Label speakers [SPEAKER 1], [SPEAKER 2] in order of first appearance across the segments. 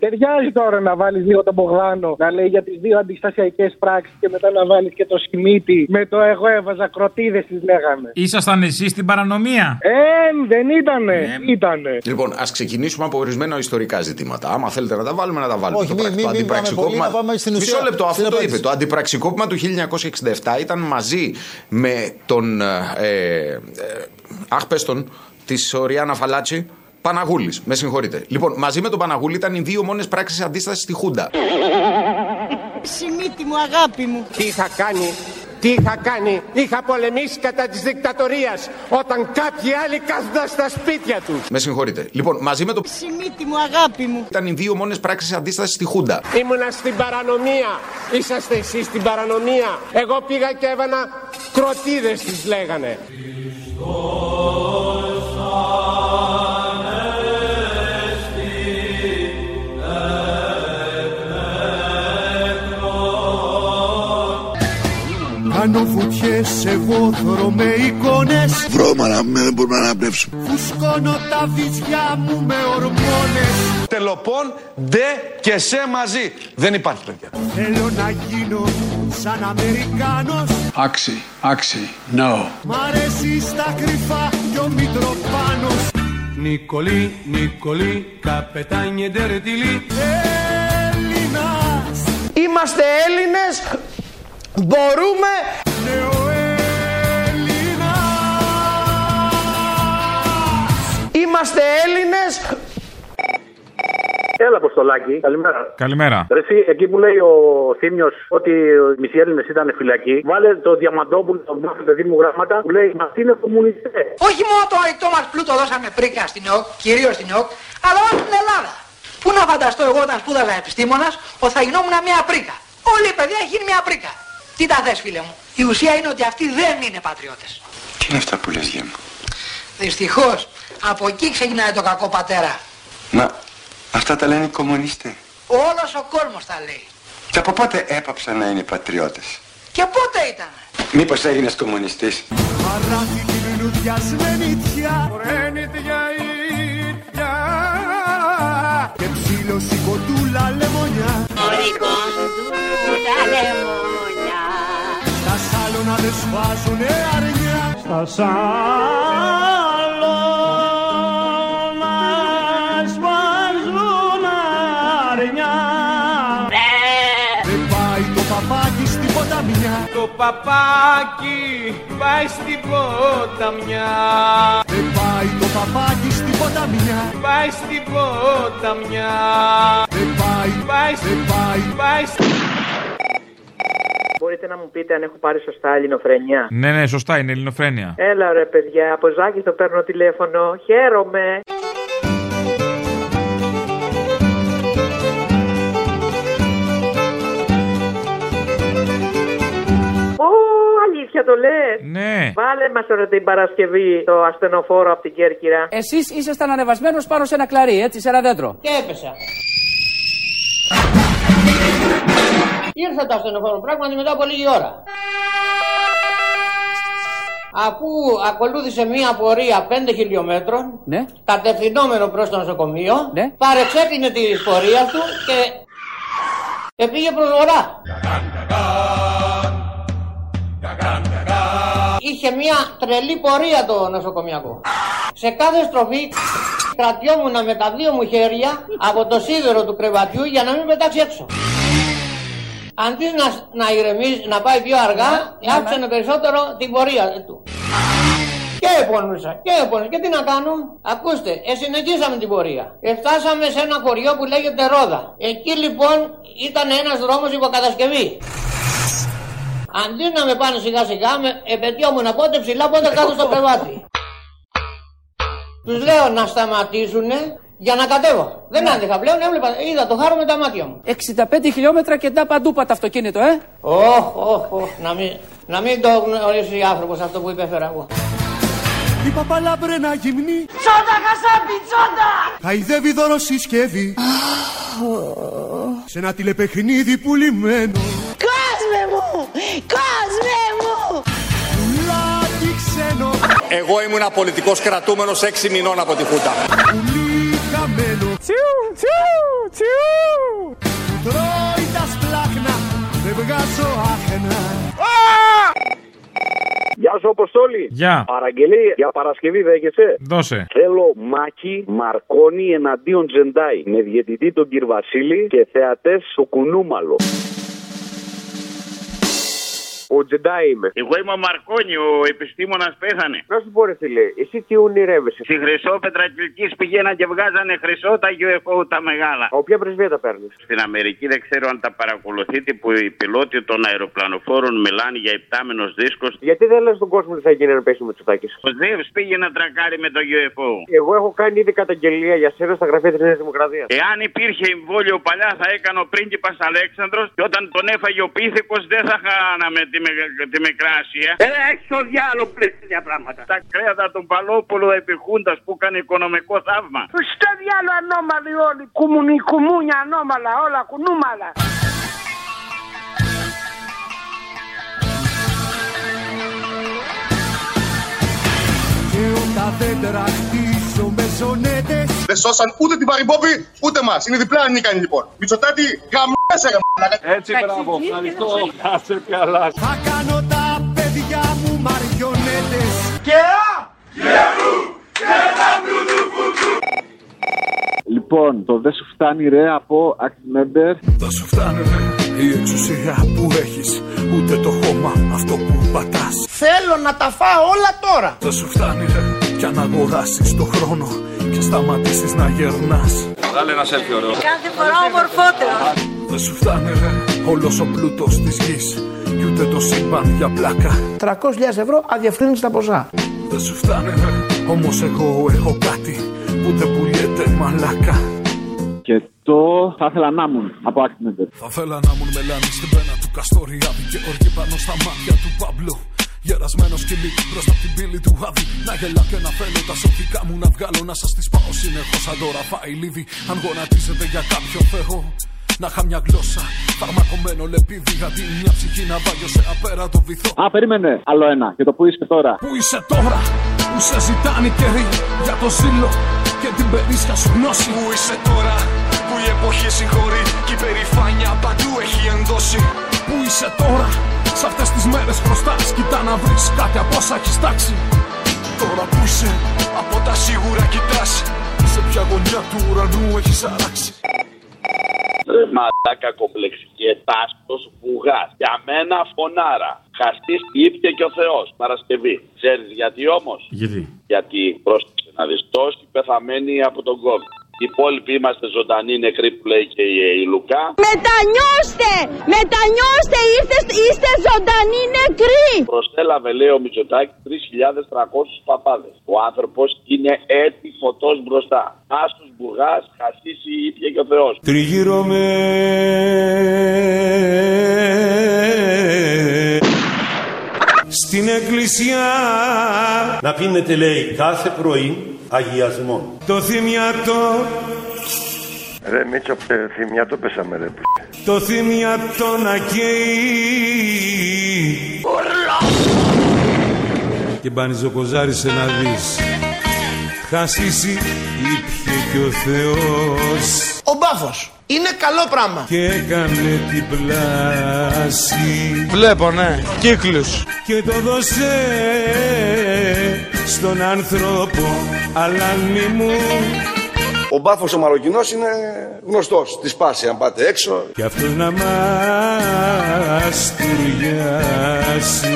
[SPEAKER 1] Ταιριάζει τώρα να βάλεις λίγο τον Μπογδάνο να λέει για τις δύο αντιστασιακές πράξεις και μετά να βάλεις και το Σιμίτι με το εγώ έβαζα κροτίδες τι λέγαμε.
[SPEAKER 2] Ήσασταν εσείς στην παρανομία.
[SPEAKER 1] Ε, δεν ήτανε. Ήτανε.
[SPEAKER 3] Λοιπόν, ας ξεκινήσουμε από ορισμένα ιστορικά ζητήματα. Άμα θέλετε να τα βάλουμε, να τα βάλουμε.
[SPEAKER 4] Όχι, μην- μην- μην πάμε πολύ, να πάμε στην ουσία,
[SPEAKER 3] Μισό λεπτό, αυτό
[SPEAKER 4] στην
[SPEAKER 3] το
[SPEAKER 4] απάντηση.
[SPEAKER 3] είπε. Το αντιπραξικόπημα του 1967 ήταν μαζί με τον. ε, Ε, αχ, πες τον, της Οριάννα Φαλάτσι. Παναγούλης, με συγχωρείτε. Λοιπόν, μαζί με τον Παναγούλη ήταν οι δύο μόνες πράξεις αντίστασης στη Χούντα.
[SPEAKER 5] Σιμίτη μου, αγάπη μου.
[SPEAKER 6] Τι είχα κάνει, τι είχα κάνει. Είχα πολεμήσει κατά της δικτατορίας όταν κάποιοι άλλοι κάθονταν στα σπίτια τους.
[SPEAKER 3] Με συγχωρείτε. Λοιπόν, μαζί με τον.
[SPEAKER 5] Σιμίτη μου, αγάπη μου.
[SPEAKER 3] ήταν οι δύο μόνες πράξεις αντίστασης στη Χούντα.
[SPEAKER 6] Ήμουνα στην παρανομία. Είσαστε εσείς στην παρανομία. Εγώ πήγα και έβανα κροτίδες τις λέγανε.
[SPEAKER 7] Κάνω βουτιές εγώ θωρώ με εικόνες
[SPEAKER 8] Βρώμα να μην μπορούμε να αναπνεύσουμε.
[SPEAKER 7] Φουσκώνω τα βυζιά μου με ορμόνες
[SPEAKER 9] Τελοπών, ντε και σε μαζί. Δεν υπάρχει, παιδιά.
[SPEAKER 7] Θέλω να γίνω σαν Αμερικάνος
[SPEAKER 8] Άξι, άξι, no.
[SPEAKER 7] Μ' αρέσει στα κρυφά κι ο Μητροπάνος
[SPEAKER 9] Νικολί, Νικολί, καπετάνιε ντερετιλί.
[SPEAKER 7] Έλληνας
[SPEAKER 6] Είμαστε Έλληνες, μπορούμε...
[SPEAKER 7] Ναι ο Έλληνας
[SPEAKER 6] Είμαστε Έλληνες,
[SPEAKER 10] Έλα, Αποστολάκη. Καλημέρα.
[SPEAKER 2] Καλημέρα.
[SPEAKER 10] Ρε Εσύ, εκεί που λέει ο Θήμιος ότι οι μισοί Έλληνες ήταν φυλακοί, βάλε το Διαμαντόπουλο, τον Μπάφο, παιδί μου γράμματα, που λέει Μα τι είναι κομμουνιστές.
[SPEAKER 5] Όχι μόνο το ρητό μας πλούτο δώσαμε πρίκα στην ΕΟΚ, κυρίως στην ΕΟΚ, αλλά όλη την Ελλάδα. Πού να φανταστώ εγώ όταν σπούδαζα επιστήμονας ότι θα γινόμουν μια πρίκα. Όλη η παιδεία έχει γίνει μια πρίκα. Τι τα θες φίλε μου. Η ουσία είναι ότι αυτοί δεν είναι πατριώτες.
[SPEAKER 8] Τι είναι αυτά που λες, γεια μου.
[SPEAKER 5] Δυστυχώς από εκεί ξεκινάει το κακό πατέρα.
[SPEAKER 8] Μα αυτά τα λένε οι κομμουνιστές.
[SPEAKER 5] Όλος ο κόσμος τα λέει.
[SPEAKER 8] Και από πότε έπαψαν να είναι πατριώτες.
[SPEAKER 5] Και πότε ήταν.
[SPEAKER 8] Μήπως έγινες κομμουνιστής.
[SPEAKER 7] Παράθη την λουδιασμένη τιά Και ψήλο η κοντούλα λεμονιά Τα σάλωνα δεν σφάζουνε αρνιά Στα σάλωνα σφάζουν αρνιά Δεν πάει το παπάκι στην ποταμιά
[SPEAKER 9] Το παπάκι πάει στην ποταμιά.
[SPEAKER 7] Δεν πάει το παπάκι στην ποταμιά
[SPEAKER 9] Πάει στην ποταμιά.
[SPEAKER 7] Δεν πάει,
[SPEAKER 9] Πάει,
[SPEAKER 7] δεν πάει
[SPEAKER 9] πάει στην
[SPEAKER 10] Μπορείτε να μου πείτε αν έχω πάρει σωστά ελληνοφρενιά.
[SPEAKER 2] Ναι, ναι, σωστά, είναι ελληνοφρένεια.
[SPEAKER 10] Έλα ρε παιδιά, από Ζάκη το παίρνω τηλέφωνο. Χαίρομαι. Ω, αλήθεια το λες.
[SPEAKER 2] Ναι.
[SPEAKER 10] Βάλε μας τώρα την Παρασκευή το ασθενοφόρο από την Κέρκυρα.
[SPEAKER 5] Εσείς ήσασταν ανεβασμένος πάνω σε ένα κλαρί, έτσι, σε ένα δέντρο. Και έπεσα. Ήρθα το ασθενοφόρο πράγματι μετά από λίγη ώρα. Αφού ακολούθησε μία πορεία 5 χιλιόμετρων, ναι. κατευθυνόμενο προς το νοσοκομείο, ναι. παρεξέκλεινε τη πορεία του και, και πήγε προς βορρά. Είχε μία τρελή πορεία το νοσοκομιακό. Σε κάθε στροφή κρατιόμουν με τα δύο μου χέρια από το σίδερο του κρεβατιού για να μην πετάξει έξω. Αντί να, να ηρεμήσει, να πάει πιο αργά, άφησε περισσότερο την πορεία του. Και επονούσα, και επονούσα. Και τι να κάνω. Ακούστε, ε, συνεχίσαμε την πορεία. Εφτάσαμε σε ένα χωριό που λέγεται Ρόδα. Εκεί λοιπόν ήταν ένας δρόμος υποκατασκευή. Αντί να με πάνε σιγά σιγά, με επαιτειόμουν πότε ψηλά, πότε κάτω στο κρεβάτι. Τους λέω να σταματήσουν για να κατέβω. Δεν άντεχα πλέον, έβλεπα, είδα το χάρο με τα μάτια μου. 65 χιλιόμετρα και τα παντού πατ' αυτοκίνητο, ε! Ωχ, ωχ, ωχ, να μην, να μην το γνωρίσει άνθρωπος αυτό που υπέφερα εγώ.
[SPEAKER 7] Η παπαλαμπρένα γυμνή
[SPEAKER 5] Τσόντα χασάπι, τσόντα!
[SPEAKER 7] Χαϊδεύει δωρο-συσκευή Σε ένα τηλεπαιχνίδι πουλημένο
[SPEAKER 5] Κλάς!
[SPEAKER 11] Κόσμε μου! Κόσμε μου!
[SPEAKER 12] Πουλάκι ξένο,
[SPEAKER 3] Εγώ ήμουν πολιτικός κρατούμενος 6 μηνών από τη Χούντα.
[SPEAKER 12] πουλί χαμένο Τσιου, τσιου, τσιου Τρώει τα σπλάχνα, δεν βγάζω άχνα
[SPEAKER 13] Γεια σου, Αποστόλη.
[SPEAKER 2] Γεια.
[SPEAKER 13] Παραγγελία για Παρασκευή δέχεσαι.
[SPEAKER 2] Δώσε.
[SPEAKER 13] Θέλω Μάκη Μαρκόνη εναντίον Τζεντάι. Με διαιτητή τον κύριο Βασίλη και θεατές στο Κουνούμαλο.
[SPEAKER 14] Ο Τζεντάι είμαι.
[SPEAKER 15] Εγώ είμαι ο Μαρκόνι, ο επιστήμονας πέθανε.
[SPEAKER 14] Να σου πω, ρε φίλε, εσύ τι ονειρεύεσαι.
[SPEAKER 15] Στη χρυσό πετρακυλικής πηγαίναν και βγάζανε χρυσό τα UFO τα μεγάλα.
[SPEAKER 14] Από ποια πρεσβεία τα παίρνεις.
[SPEAKER 15] Στην Αμερική δεν ξέρω αν τα παρακολουθείτε που οι πιλότοι των αεροπλανοφόρων μιλάνε για υπτάμενο δίσκος.
[SPEAKER 14] Γιατί δεν λες τον κόσμο τι θα γίνει αν πέσει με τσουτάκι.
[SPEAKER 15] Ο Ζεύς πήγε να τρακάρει με το UFO.
[SPEAKER 14] Εγώ έχω κάνει ήδη καταγγελία για σένα στα γραφεία της Νέας Δημοκρατίας.
[SPEAKER 15] Εάν υπήρχε εμβόλιο παλιά θα έκανε ο πρίγκιπας Αλέξανδρος και όταν τον έφαγε ο πίθηκος δεν θα χάναμε τη, με- τη Μικρά Ασία.
[SPEAKER 3] Έλα, Ε, έχεις το διάλογο πλέον τέτοια πράγματα.
[SPEAKER 15] Τα κρέατα των Παλόπουλο επί Χούντας που έκανε οικονομικό θαύμα.
[SPEAKER 1] Στο διάλο ανώμαλοι όλοι, κουμουνι, κουμούνια ανώμαλα, όλα κουνούμαλα.
[SPEAKER 12] Και όταν δεν τραχτίζω με ζωνέτες
[SPEAKER 3] Δεν σώσαν ούτε την Παρυμπόπη ούτε μας. Είναι διπλά ανίκανοι λοιπόν. Μητσοτάτη, γαμμέσαι γαμμένα. Έτσι, μπράβο, ευχαριστώ. Να σε καλά.
[SPEAKER 12] Θα κάνω τα παιδιά μου μαριονέτες Και
[SPEAKER 16] Λοιπόν, το δε σου φτάνει ρε από Axmember.
[SPEAKER 7] Δεν σου φτάνει ρε, η εξουσία που έχεις Ούτε το χώμα αυτό που πατάς
[SPEAKER 1] Θέλω να τα φάω όλα τώρα.
[SPEAKER 7] Δεν σου φτάνει ρε, κι αν αγοράσεις το χρόνο Και σταματήσεις να γερνάς
[SPEAKER 5] Βγάλε ένα selfie ωραίο.
[SPEAKER 11] Κάθε φορά ομορφότερο.
[SPEAKER 7] Δεν σου φτάνει ρε, όλος ο πλούτος της γης Κι ούτε το σύμπαν για πλάκα
[SPEAKER 1] 300.000 ευρώ αδιαφθύνιστα ποσά.
[SPEAKER 7] Δεν σου φτάνει ρε, όμως εγώ έχω κάτι Που δεν πουλιέται μαλάκα
[SPEAKER 16] Και το θα ήθελα να ήμουν από Axmember.
[SPEAKER 7] Θα θέλα να ήμουν μελάνη στην πένα του Καστοριάδη Και οργή πάνω στα μάτια του Παμπλου Γερασμένος σκυλί μπροστά από την πύλη του Άδη Να γελά και να φαίνω τα σωτικά μου να βγάλω Να σας τις πάω συνεχώς σαν τώρα φάει λίδι Αν γονατίζεται για κάποιο φεγό να είχα μια γλώσσα, φαρμακωμένο λεπίδι Αντί μια ψυχή να βάγει σε απέραντο βυθό
[SPEAKER 16] Α, περίμενε άλλο ένα. Και το που είσαι τώρα.
[SPEAKER 7] Πού είσαι τώρα που σε ζητάνε καιροί για το ζήλο και την περίσσια σου γνώση. Πού είσαι τώρα που η εποχή συγχωρεί και η περηφάνεια παντού έχει ενδώσει. Πού είσαι τώρα σε αυτές τις μέρες χρωστάς κοιτά να βρεις κάτι από όσα έχεις τάξει. Τώρα που είσαι από τα σίγουρα κοιτάς σε ποια γωνιά του ουρανού έχεις αράξει.
[SPEAKER 10] Ρε μαλάκα κομπλεξική ετάστος βουγάς. Για μένα φωνάρα. Χαστής ήπια και ο Θεός. Παρασκευή. Ξέρεις γιατί όμως.
[SPEAKER 2] Γιατί.
[SPEAKER 10] Γιατί πρόσεξε να δεις τόσοι πεθαμένοι από τον COVID. Οι υπόλοιποι είμαστε ζωντανοί νεκροί που λέει και η, η Λουκά.
[SPEAKER 11] Μετανιώστε! Μετανιώστε! Είστε, είστε ζωντανοί νεκροί!
[SPEAKER 10] Προσέλαβε λέει ο Μητσοτάκης 3.300 παπάδες. Ο άνθρωπος είναι έτη φωτός μπροστά. Άστος μπουγάς, χασίσει η ήπια και ο Θεός.
[SPEAKER 12] Τριγύρω με
[SPEAKER 17] Στην εκκλησιά Να πίνετε λέει κάθε πρωί αγιασμό
[SPEAKER 12] το θυμιατό,
[SPEAKER 17] Ρε Μίτσο ε, θυμιά το πέσαμε ρε
[SPEAKER 12] το θυμιατό να καίει.
[SPEAKER 7] Και μπανιζοκοζάρισε να δεις Χασίσει ήπιε και ο Θεός
[SPEAKER 1] Ο μπάφος είναι καλό πράγμα.
[SPEAKER 7] Και έκανε την πλάση
[SPEAKER 18] Βλέπω, ναι. Κύκλους.
[SPEAKER 7] Και το δώσε στον άνθρωπο αλάνι μου
[SPEAKER 5] Ο μπάφος ο Μαροκινός είναι γνωστός. Τη σπάση αν πάτε έξω.
[SPEAKER 7] Κι αυτός να μας τουριάσει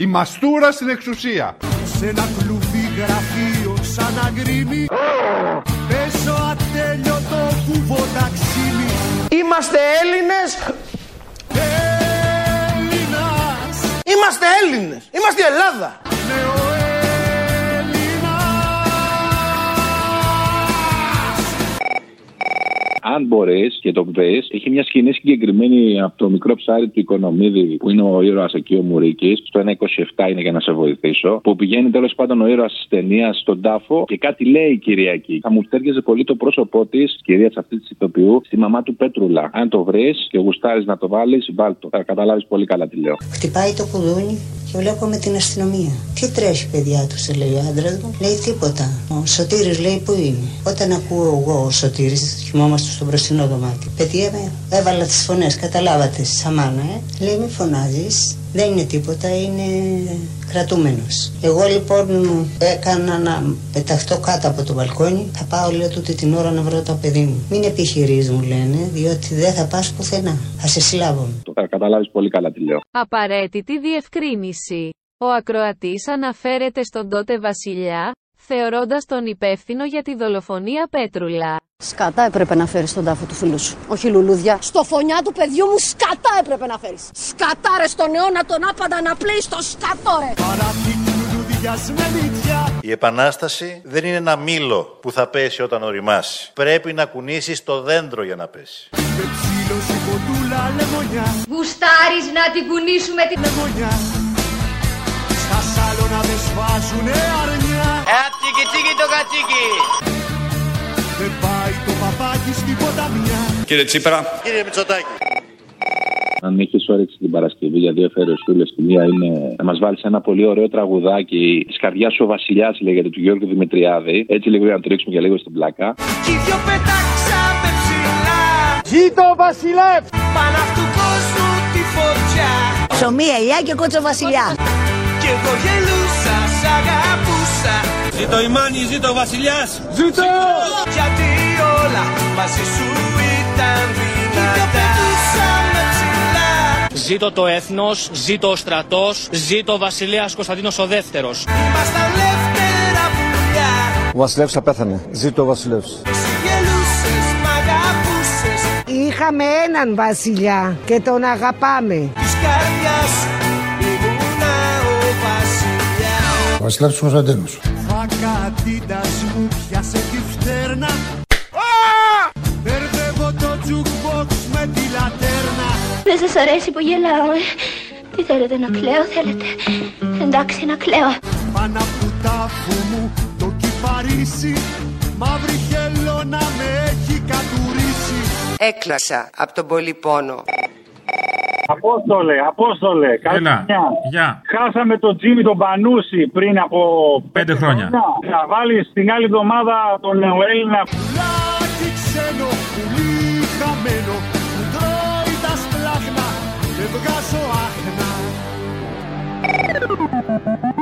[SPEAKER 12] Η μαστούρα στην εξουσία. Σε ένα κλουβί γραφείο σαν αγκρίμι. Πέσω ατέλειωτο κουβό ταξίμι.
[SPEAKER 1] Είμαστε Έλληνες.
[SPEAKER 12] Έλληνας,
[SPEAKER 1] Είμαστε Έλληνες. Είμαστε η Ελλάδα.
[SPEAKER 12] ναι ο Έλληνας.
[SPEAKER 7] Αν μπορείς και το βρει, έχει μια σκηνή συγκεκριμένη από το μικρό ψάρι του Οικονομίδη που είναι ο ήρωας εκεί ο Μουρίκης. Στο 1,27 είναι για να σε βοηθήσω. Που πηγαίνει τέλος πάντων ο ήρωας της ταινίας στον τάφο και κάτι λέει η Κυριακή. Θα μου φτέρκεζε πολύ το πρόσωπό της, κυρία αυτής της ηθοποιού, στη μαμά του Πέτρουλα. Αν το βρεις και γουστάρεις να το βάλεις, βάλ το. Θα καταλάβεις πολύ καλά τι λέω.
[SPEAKER 11] Χτυπάει το κουδούνι και βλέπω με την αστυνομία. Τι τρέχει, παιδιά τους, σε λέει ο άντρας μου. Λέει τίποτα. Ο Σωτήρης λέει που είναι. Όταν ακούω εγώ ο Σωτήρης, κοιμόμαστε στο μπροστινό δωμάτιο. Παιδιά με, έβαλα τις φωνές, καταλάβατε, σαμάνα, ε. Λέει μη φωνάζεις. Δεν είναι τίποτα, είναι κρατούμενος. Εγώ λοιπόν έκανα να πεταχτώ κάτω από το μπαλκόνι. Θα πάω, λέω, τούτη την ώρα να βρω το παιδί μου. Μην επιχειρείς, μου λένε, διότι δεν θα πας πουθενά. Θα σε συλλάβω.
[SPEAKER 7] Θα καταλάβεις πολύ καλά τι λέω.
[SPEAKER 19] Απαραίτητη διευκρίνηση. Ο ακροατής αναφέρεται στον τότε βασιλιά, θεωρώντας τον υπεύθυνο για τη δολοφονία Πέτρουλα.
[SPEAKER 20] Σκατά έπρεπε να φέρεις τον τάφο του φίλου σου. Όχι λουλούδια. Στο φωνιά του παιδιού μου σκατά έπρεπε να φέρεις. Σκατά ρε στον αιώνα τον άπαντα να πλέει στο σκατό ρε.
[SPEAKER 21] Η Επανάσταση δεν είναι ένα μήλο που θα πέσει όταν οριμάσει. Πρέπει να κουνήσεις το δέντρο για να πέσει.
[SPEAKER 20] Γουστάρεις να την κουνήσουμε την λεμονιά.
[SPEAKER 5] Στα σάλωνα με σφάζουνε αρνιά.
[SPEAKER 22] Ατσίκι τσίκι το κατσίκι.
[SPEAKER 5] Δεν πάει το παπάκι στην ποταμιά.
[SPEAKER 21] Κύριε Τσίπρα. Κύριε Μητσοτάκη.
[SPEAKER 7] Αν έχει όρεξη την Παρασκευή για δύο φερεσούλε και μία είναι να μας βάλεις ένα πολύ ωραίο τραγουδάκι τη καρδιά σου ο Βασιλιάς, λέγεται του Γιώργου Δημητριάδη. Έτσι λίγο για να τρίξουμε για λίγο στην πλάκα.
[SPEAKER 5] Κι δυο πετάξαμε ψηλά.
[SPEAKER 23] Κοίτα ο βασιλεύς.
[SPEAKER 5] Πάνω απ' του κόσμου τη φωτιά.
[SPEAKER 20] Ψωμί, ελιά και κότσο βασιλιά.
[SPEAKER 5] Κι εγώ γελούσα, σ' αγαπούσα. Ζήτω η Μάνη, ζήτω ο βασιλιάς.
[SPEAKER 23] Ζήτω.
[SPEAKER 5] Γιατί όλα μαζί σου ήταν δυνατά.
[SPEAKER 1] Ζήτω το έθνος, ζήτω ο στρατός, ζήτω ο βασιλέας Κωνσταντίνος ο δεύτερος.
[SPEAKER 5] Ήμασταν λεύτερα πουλιά.
[SPEAKER 23] Ο βασιλεύς απέθανε. Ζήτω ο βασιλεύς.
[SPEAKER 5] Συγγελούσες, μ' αγαπούσες,
[SPEAKER 20] Είχαμε έναν βασιλιά και τον αγαπάμε.
[SPEAKER 5] της καρδιάς ήμουνα ο βασιλιάς.
[SPEAKER 24] Ο Βασιλιάς του Κωνσταντίνου.
[SPEAKER 5] Ακατήτας μου πιάσε τη φτέρνα Μπερδεύω το jukebox με τη λατέρνα
[SPEAKER 25] Δεν σας αρέσει που γελάω, ε. Τι θέλετε να κλαίω, θέλετε. Εντάξει, να κλαίω.
[SPEAKER 5] Πάνω από του τάφου μου το κυπαρίσι Μαύρη χελώνα με έχει κατουρίσει
[SPEAKER 26] Έκλασα από τον πολύ πόνο.
[SPEAKER 15] Απόστολε, Απόστολε,
[SPEAKER 2] Έλα,
[SPEAKER 15] καλή χρονιά.
[SPEAKER 2] γεια.
[SPEAKER 15] Χάσαμε τον Τζίμι τον Πανούση πριν από
[SPEAKER 2] Πέντε χρόνια.
[SPEAKER 15] Να βάλεις την άλλη εβδομάδα τον Έλληνα.
[SPEAKER 5] Πουλάκι ξένο, πουλί χαμένο Που τρώει τα σπλάχνα, δεν βγάζω άχνα